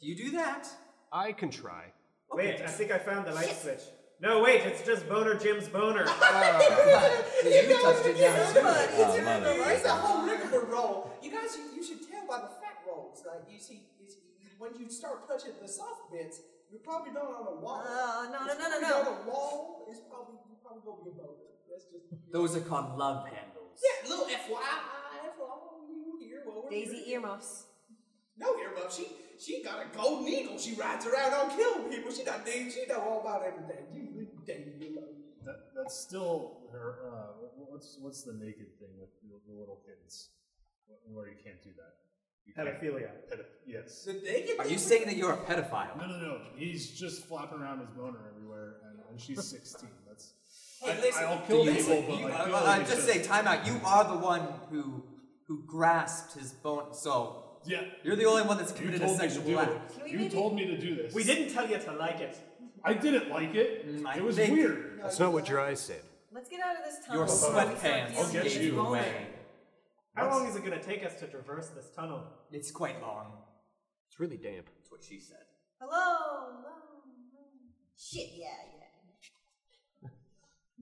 Do you do that? I can try. Wait, I think I found the light switch. No, wait, it's just Boner Jim's boner. Ah, you touched it Ah, down too. Oh, mother. It's a whole rigmarole. roll. You guys, you, you should tell by the fat rolls. Like you see, you see, when you start touching the soft bits, you're probably not on a wall. Uh, no, no, It's no, no, probably no. Not a wall. It's probably you probably gonna be a boner. That's just Those are called love handles. yeah. Little FYI for all you here. Well, we're Daisy here. earmuffs. No earmuff. She she got a gold needle. She rides around on killing people. She done things. She know all about everything. You leave Daisy alone. That, that's still her. Uh, wh- wh- what's what's the naked thing with the, the little kids? Wh- Where you can't do that. You can't- Pedophilia. Pedoph- yes. The naked. Are you saying that you're a pedophile? No, no, no. He's just flopping around his boner everywhere, and, and she's 16. That's Hey, listen, listen, you- uh, uh, I'm just saying, time out. You are the one who who grasped his bone. So Yeah. you're the only one that's committed a told me to sexual do act. it. You told me to do this. We didn't tell you to like it. I didn't like it. Mm, I it was think- weird. That's not what your eyes said. Let's get out of this tunnel. Your before we start sweatpants feeling gave things you going. away. How long is it going to take us to traverse this tunnel? It's quite long. It's really damp. That's what she said. Hello. hello, hello. Shit. Yeah.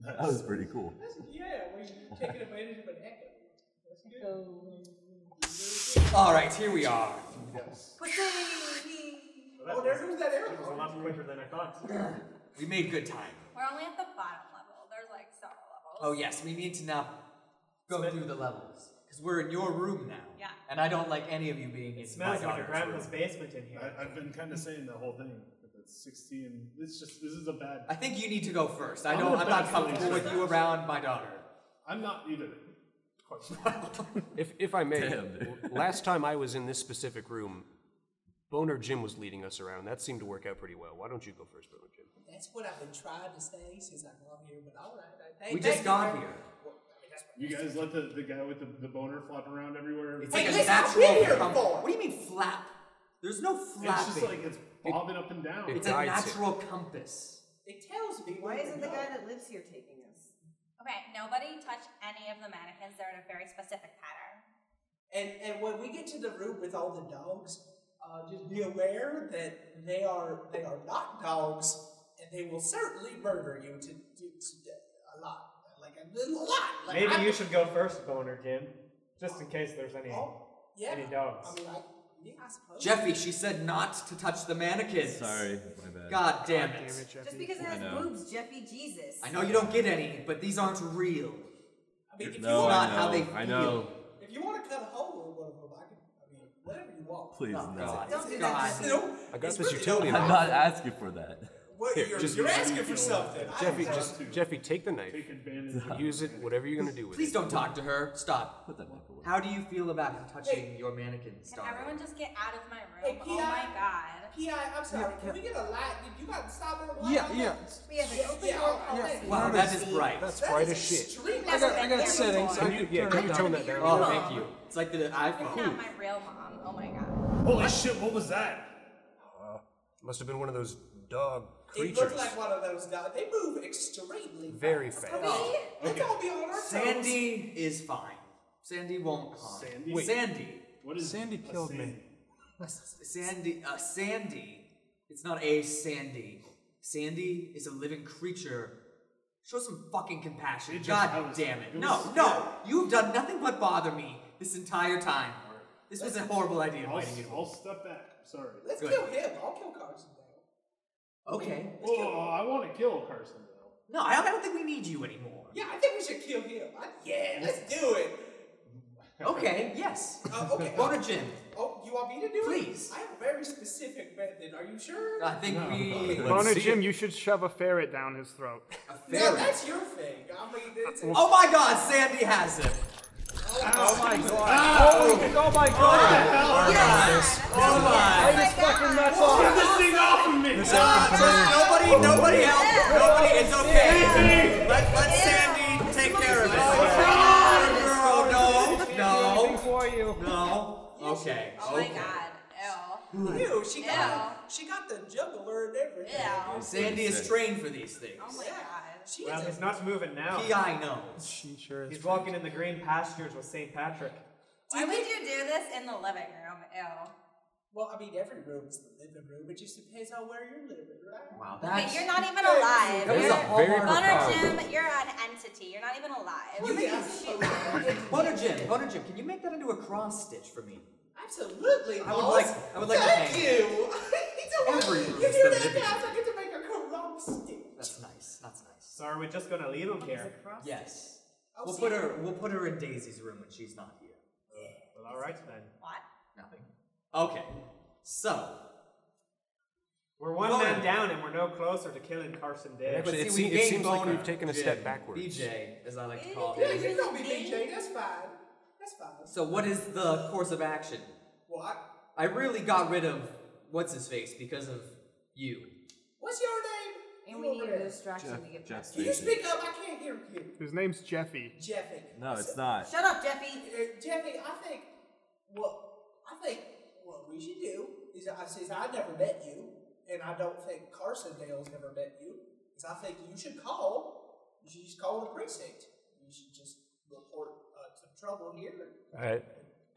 That was pretty cool. Yeah, we taking advantage of an echo. That's good. Oh. All right, here we are. Oh, there goes that arrow. It's a lot quicker than I thought. We made good time. We're only at the bottom level. There's like several levels. Oh yes, we need to now go through the levels because we're in your room now. Yeah. And I don't like any of you being in It smells my like a daughter's room. grandpa's basement in here. I, I've been kind of saying the whole thing. That it's 16. It's just, this is a bad. I think you need to go first. I I'm don't. gonna I'm not back away comfortable with first. you around my daughter. I'm not either. Question. If, if I may, Damn, l- last time I was in this specific room, Boner Jim was leading us around. That seemed to work out pretty well. Why don't you go first, Boner Jim? That's what I've been trying to say since I got here, but all right. Hey, We thank just you got very- here. Well, I mean, that's what- You guys let the, the guy with the, the boner flop around everywhere. It's Hey, like a listen, I've natural been here com- before. What do you mean flap? There's no flapping. It's just like it's bobbing up and down. It's a natural compass. It tells me. Why where to isn't the go. guy that lives here taking us? Okay, nobody touch any of the mannequins. They're in a very specific pattern. And and when we get to the room with all the dogs, uh, just be aware that they are they are not dogs, and they will certainly murder you to, to, to a lot, like a, little lot. Like Maybe I'm- you should go first, Boner Jim, just in case there's any yeah. any dogs. I mean, I, yeah, I suppose. Jeffy, she said not to touch the mannequins. Sorry, my bad. God damn it. God damn it, Jeffy. Just because it I has know. boobs, Jeffy Jesus. I know you don't get any, but these aren't real. I mean, if No, you I want, not how know, they I feel. know. if you want to cut a hole in one of them, I can. I mean, whatever you want. Please, Oh, no. God. Don't do God. that. You know, I got it's this really utility not- I'm not asking for that. What, Here, you're, just- you're asking for something. I Jeffy, don't just know. Jeffy, take the knife. Take advantage. of- Use it. Whatever you're gonna do with Please it. don't talk to her. Stop. Put that back away. How do you feel about him touching your mannequins, Can daughter? everyone just get out of my room? Hey, oh P.I. my god. Pi, I'm sorry. Can we get a light? You got to stop on the light. Yeah, I yeah. know. We have an Yeah, open yeah, door I'll- I'll policy. take it. Wow, that is bright. That's That bright is as shit. extremely I got, I bright. got settings. I Can you, can yeah, turn can it you down. tone that down? Oh, thank you. It's like the You're iPhone. not my real mom. Oh my god. Holy shit, what was that? Uh, Must have been one of those dog It creatures. looked like one of those dogs. They move extremely fast. Very I fast. mean, let's all be on our toes. Sandy is fine. Sandy won't harm. Sandy? Wait. Sandy. What is Sandy a killed me. sand- A s- Sandy. A Sandy. It's not a Sandy. Sandy is a living creature. Show some fucking compassion. It just- I God was- damn it it. No, was- no. You've done nothing but bother me this entire time. This was a horrible idea I'll, inviting you. I'll step back. Sorry. Let's Good. kill him. I'll kill Carson. Down. Okay. Oh, I want to kill Carson though. No, I don't I don't think we need you anymore. Yeah, I think we should kill him. I, yeah, let's do it. Okay, yes. Uh, okay. Boner Jim. Oh, you want me to do it? Please. I have a very specific method. Are you sure? I think we. Boner Jim, you should shove a ferret down his throat. A Now ferret. that's your thing. I mean, it's, Oh my god, Sandy has him. Oh my god. Oh, oh my god! Yes! Oh I my! just fucking nuts off! This thing off of me! Nobody, nobody help! Nobody, it's okay. Let, let Sandy take care of it. Oh, Anything girl, for you? no, no. Okay. Oh my god. Ew. ew, she got Ew. she got the juggler and everything. Ew. Sandy is trained for these things. Oh my god. She Well, is he's not moving now. PI knows. She sure is. He's walking in the green pastures with St. Patrick. Why would you do this in the living room? Ew. Well, I mean, every room's the living room. It just depends on where you're living, right? Wow, Wait, that's. you're not even alive. That was a You're- hallmark of Boner power. Jim, you're an entity. You're not even alive. Well, yeah, absolutely. Boner Jim, Boner Jim, can you make that into a cross stitch for me? Absolutely, I would boss. like- I would like to Thank hang. you. It's a lot. Every room's you hear the that, living guys? I get to make a corrupt stick. That's nice. That's nice. So are we just gonna leave him here? Yes. Oh, We'll see. put her. We'll put her in Daisy's room when she's not here. Well, all right then. What? Nothing. Okay. So. We're one Boner. man down, and we're no closer to killing Carson Day. Actually, but it se- see, we it gave seems like Boner we've taken a step Jim, backwards. BJ, as I like to call Yeah, him. you know me, BJ. That's fine. That's fine. So what is the course of action? What? I really got rid of what's his face because of you. What's your name? You and we over needed a there. distraction Jeff- to get Jeff past. Can you Bezos. speak up? I can't hear you. His name's Jeffy. Jeffy. No, it's not. Shut up, Jeffy. Uh, Jeffy, I think what I think what we should do is I says I never met you, and I don't think Carson Dale's never met you. Is I think you should call. You should just call the precinct. You should just report uh, some trouble here. Alright.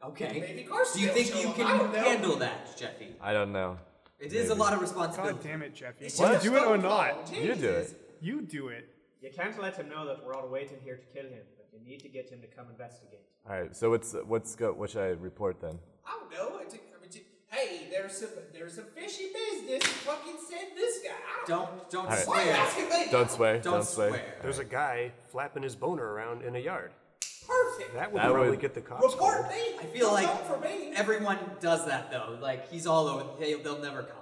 Maybe Okay. Carson Do you Dale think show you up. I can don't know. handle that, Jeffy? I don't know. It is a lot of responsibility. God damn it, Jeffy. It's Whether just you do a it or phone not. call. You do it. You do it. You can't let him know that we're all waiting here to kill him, but you need to get him to come investigate. All right. So what's what's go? What should I report then? I don't know. I think- I mean, t- hey, there's some there's some fishy business. Fucking send this guy. I Don't don't All right. Why are you asking me? Don't swear. Don't, swear. There's a guy flapping his boner around in a yard. Perfect. That would That probably would- get the cops. Report called. me. I feel Don't like come for me. everyone does that though. Like he's all over. They, they'll never come.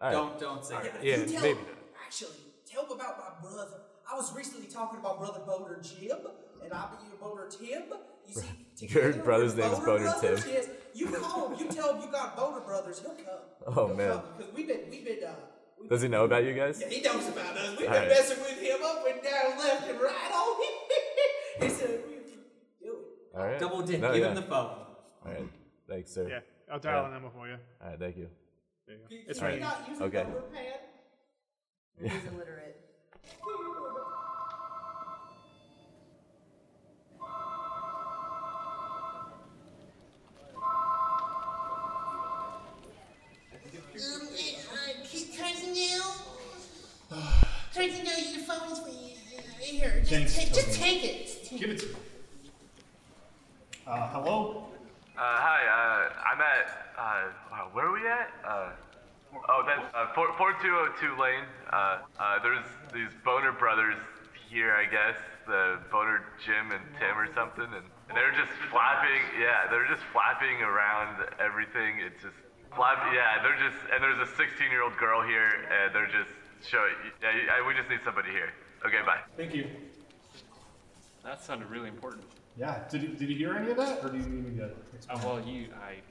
All right. Don't don't say that. You tell- Actually, tell them about my brother. I was recently talking about brother Boner Jim, and I be your Boner Tim. You see, Your together brother's we're name's Boner Brothers. Tim. Yes, you call him. You tell him you got Boner Brothers. He'll come. Oh, man. Because we've been, we've been. Uh, we've Does he know about you guys? Yeah, he knows about us. We've All been right. messing with him up and down, left and right. All he, he said, All right. Double dip. Give him the phone. All right. Thanks, sir. Yeah, I'll dial Yeah. a number for you. All right. Thank you. There you go. "Can It's you right. not use a Okay. number pad?" He's illiterate. Um, I, uh, K- Carson Dale? Carson Dale, your phone's for you. Uh, Here, just, Thanks, take, just Toby. take it. Just take Give it to me. Uh, hello? Uh, hi, uh, I'm at, uh, wow, where are we at? Uh, oh, that's uh, 4- 4202 Lane. Uh, uh, there's these Boner brothers here, I guess. The Boner Jim and Tim or something. And they're just flapping, yeah, they're just flapping around everything. It's just, flap, yeah, they're just, and there's a 16 year old girl here, and they're just showing, yeah, you- I- we just need somebody here. Okay, bye. Thank you. That sounded really important. Yeah, did you, did you hear any of that, or do you need me to Uh, explain? well, you,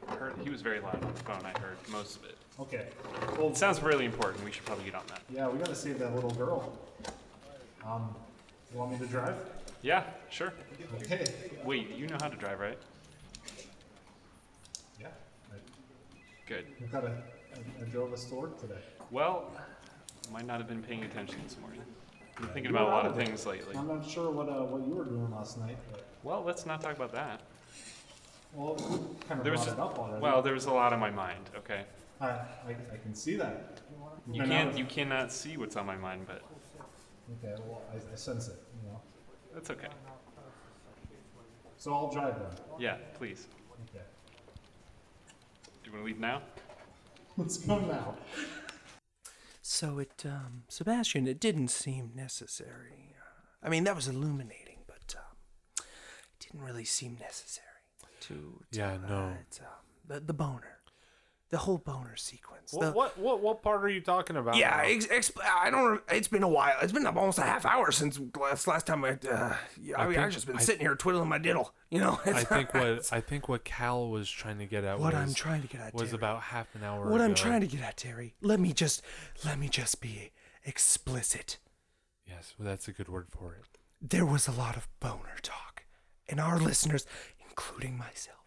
I heard he was very loud on the phone. I heard most of it. Okay. it sounds really important. We should probably get on that. Yeah, we gotta save that little girl. Um, you want me to drive? Yeah, sure. Okay. Wait, you know how to drive, right? Yeah. Good. I got a, I, I drove us to work today. Well, might not have been paying attention this morning. I'm thinking about a lot of things lately. I'm not sure what, uh, what you were doing last night, but, Well, let's not talk about that. well, you kinda There was just, brought it up already. well, there was a lot on my mind. Okay. I, I, I can see that. You Been can't out- you cannot see what's on my mind, but Okay, well, I, I sense it, you know. that's okay. So I'll drive then. Yeah, please. Okay. Do you want to leave now? Let's go now. So it, um, Sebastian, it didn't seem necessary. uh, I mean, that was illuminating, but um, it didn't really seem necessary to. to Yeah, no. um, the, the boner, the whole boner sequence. the- What, what what what part are you talking about? Yeah, now? ex- exp- I don't. It's been a while. It's been almost a half hour since last last time I. Uh, yeah, I, I mean, I've think- just been I- sitting here twiddling my diddle. You know. I think what I think what Cal was trying to get at What was, I'm trying to get at, was Terry. about half an hour. what I'm ago. trying to get at, Terry. Let me just, let me just be explicit. Yes, well, that's a good word for it. There was a lot of boner talk, and our listeners, including myself,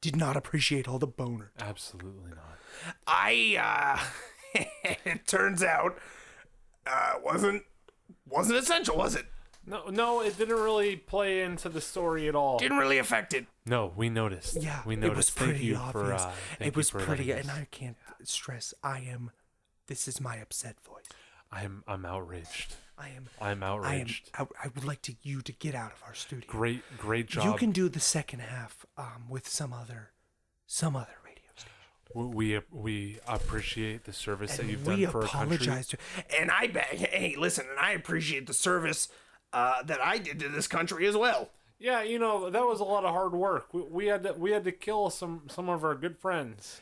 did not appreciate all the boner. Absolutely not. I. Uh, it turns out, uh, wasn't wasn't essential, was it? No, no, it didn't really play into the story at all. Didn't really affect it. No, we noticed. Yeah, we it noticed. was Thank pretty you obvious. for. Uh, thank it you was for pretty, letting and us- I can't stress. I am. This is my upset voice. I'm I'm outraged. I am. I'm outraged. I am. I, I would like to you to get out of our studio. Great, great job. You can do the second half um, with some other, some other radio. We we, we appreciate the service that And you've we done for our country. apologize to- And I bet. Hey, listen. And I appreciate the service uh, that I did to this country as well. Yeah, you know that was a lot of hard work. We, we had to, we had to kill some some of our good friends.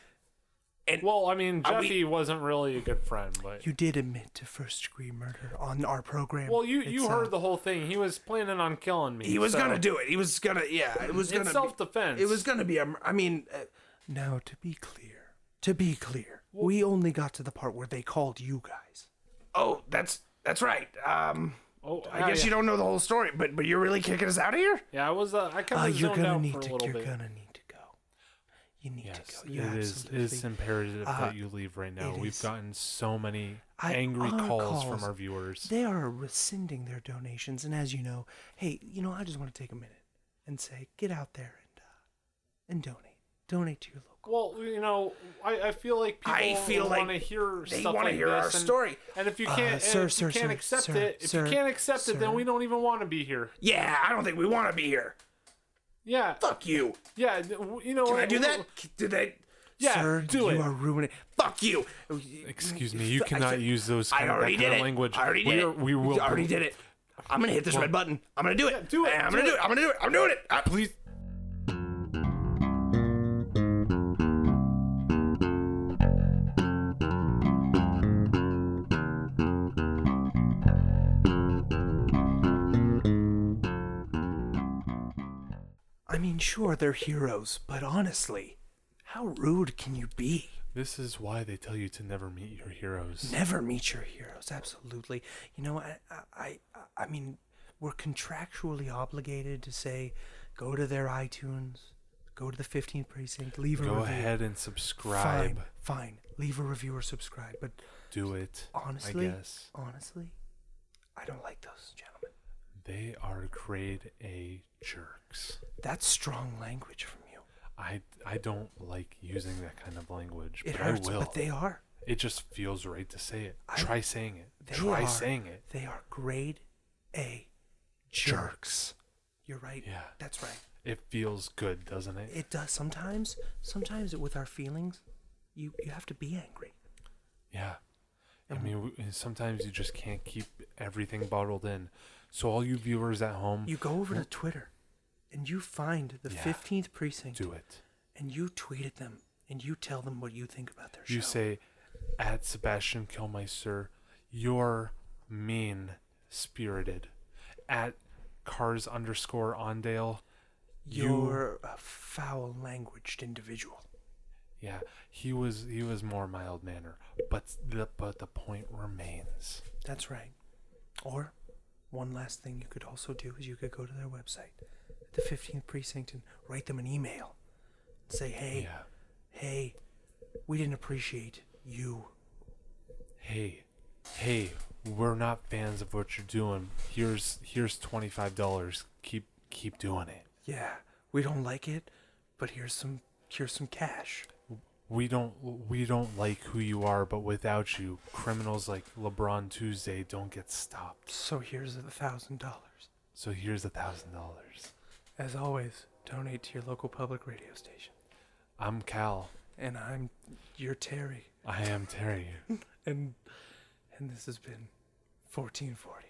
And well, I mean, Are we- Jeffy wasn't really a good friend, but You did admit to first degree murder on our program. well, you you It's, uh, heard the whole thing. He was planning on killing me. He was so- gonna do it. He was gonna. Yeah, it was It's gonna. be- self-defense. It was gonna be a. mur- I mean, uh, Now, to be clear, to be clear, we only got to the part where they called you guys. oh, that's That's right. Um, oh, I yeah, guess you yeah. don't know the whole story, but but you're really kicking us out of here. Yeah, I was. Uh, I kind Uh, of you're zoned gonna out need for to- a little you're bit. gonna need to go. You need Yes, to go. it You is. It is absolutely- imperative Uh, that you leave right now. it We've is. gotten so many I- angry our calls, from our viewers. They are rescinding their donations, and as you know, hey, you know, I just want to take a minute and say, get out there and uh, and donate, donate to your local. Well, you know, I, I feel like people I feel like want to hear they stuff wanna like hear our this, and- story. And if you Uh, can't, and sir, if sir, you can't sir, accept sir, it, if sir, you can't accept it, sir. then we don't even want to be here. Yeah, I don't think we want to be here. Yeah. Fuck you. Yeah, w- you know. Can I what- do that? Do that? Yeah, Sir, do you it. are ruining. Fuck you. Excuse me, you I cannot said- use those I kind of, that already kind did of it. language. I already did we, it. Are, we will. I already did it. I'm gonna hit this Well- red button. I'm gonna do it. do it. I'm gonna do it. I'm gonna do it. I'm doing it. I- Please. I mean, sure, they're heroes, but honestly, how rude can you be? This is why they tell you to never meet your heroes. Never meet your heroes. Absolutely. You know, I, I, I, I mean, we're contractually obligated to say, go to their iTunes, go to the 15th precinct, leave a Go review. ahead and subscribe. Fine, fine. Leave a review or subscribe, but Do it. honestly, I guess honestly, I don't like those gentlemen. they are grade A jerks. That's strong language from you. I I don't like using that kind of language, It but hurts, I but will. they are. It just feels right to say it. I- Try saying it. They Try are- saying it. They are grade A jerks. You're right. Yeah. That's right. It feels good, doesn't it? It does sometimes. Sometimes with our feelings, you you have to be angry. Yeah. I Uh-huh. mean, w- sometimes you just can't keep everything bottled in. So all you viewers at home, You go over to Twitter, and you find the Yeah. fifteenth precinct. Do it. And you tweet at them, and you tell them what you think about their You show. say, at Sebastian Kilmeister, you're mean spirited. At cars underscore Ondale, you. You're a foul languaged individual. Yeah, he was he was more mild manner, but the but the point remains. That's right. Or one last thing you could also do is you could go to their website, the 15th precinct, and write them an email. And say, hey, Yeah. hey, we didn't appreciate you. hey hey we're not fans of what you're doing here's here's $25 keep keep doing it Yeah, we don't like it, but here's some here's some cash. we don't we don't like who you are but without you criminals like lebron tuesday don't get stopped So here's a thousand dollars. so here's a thousand dollars As always, donate to your local public radio station. i'm cal And I'm your Terry. i am terry and and this has been 1440.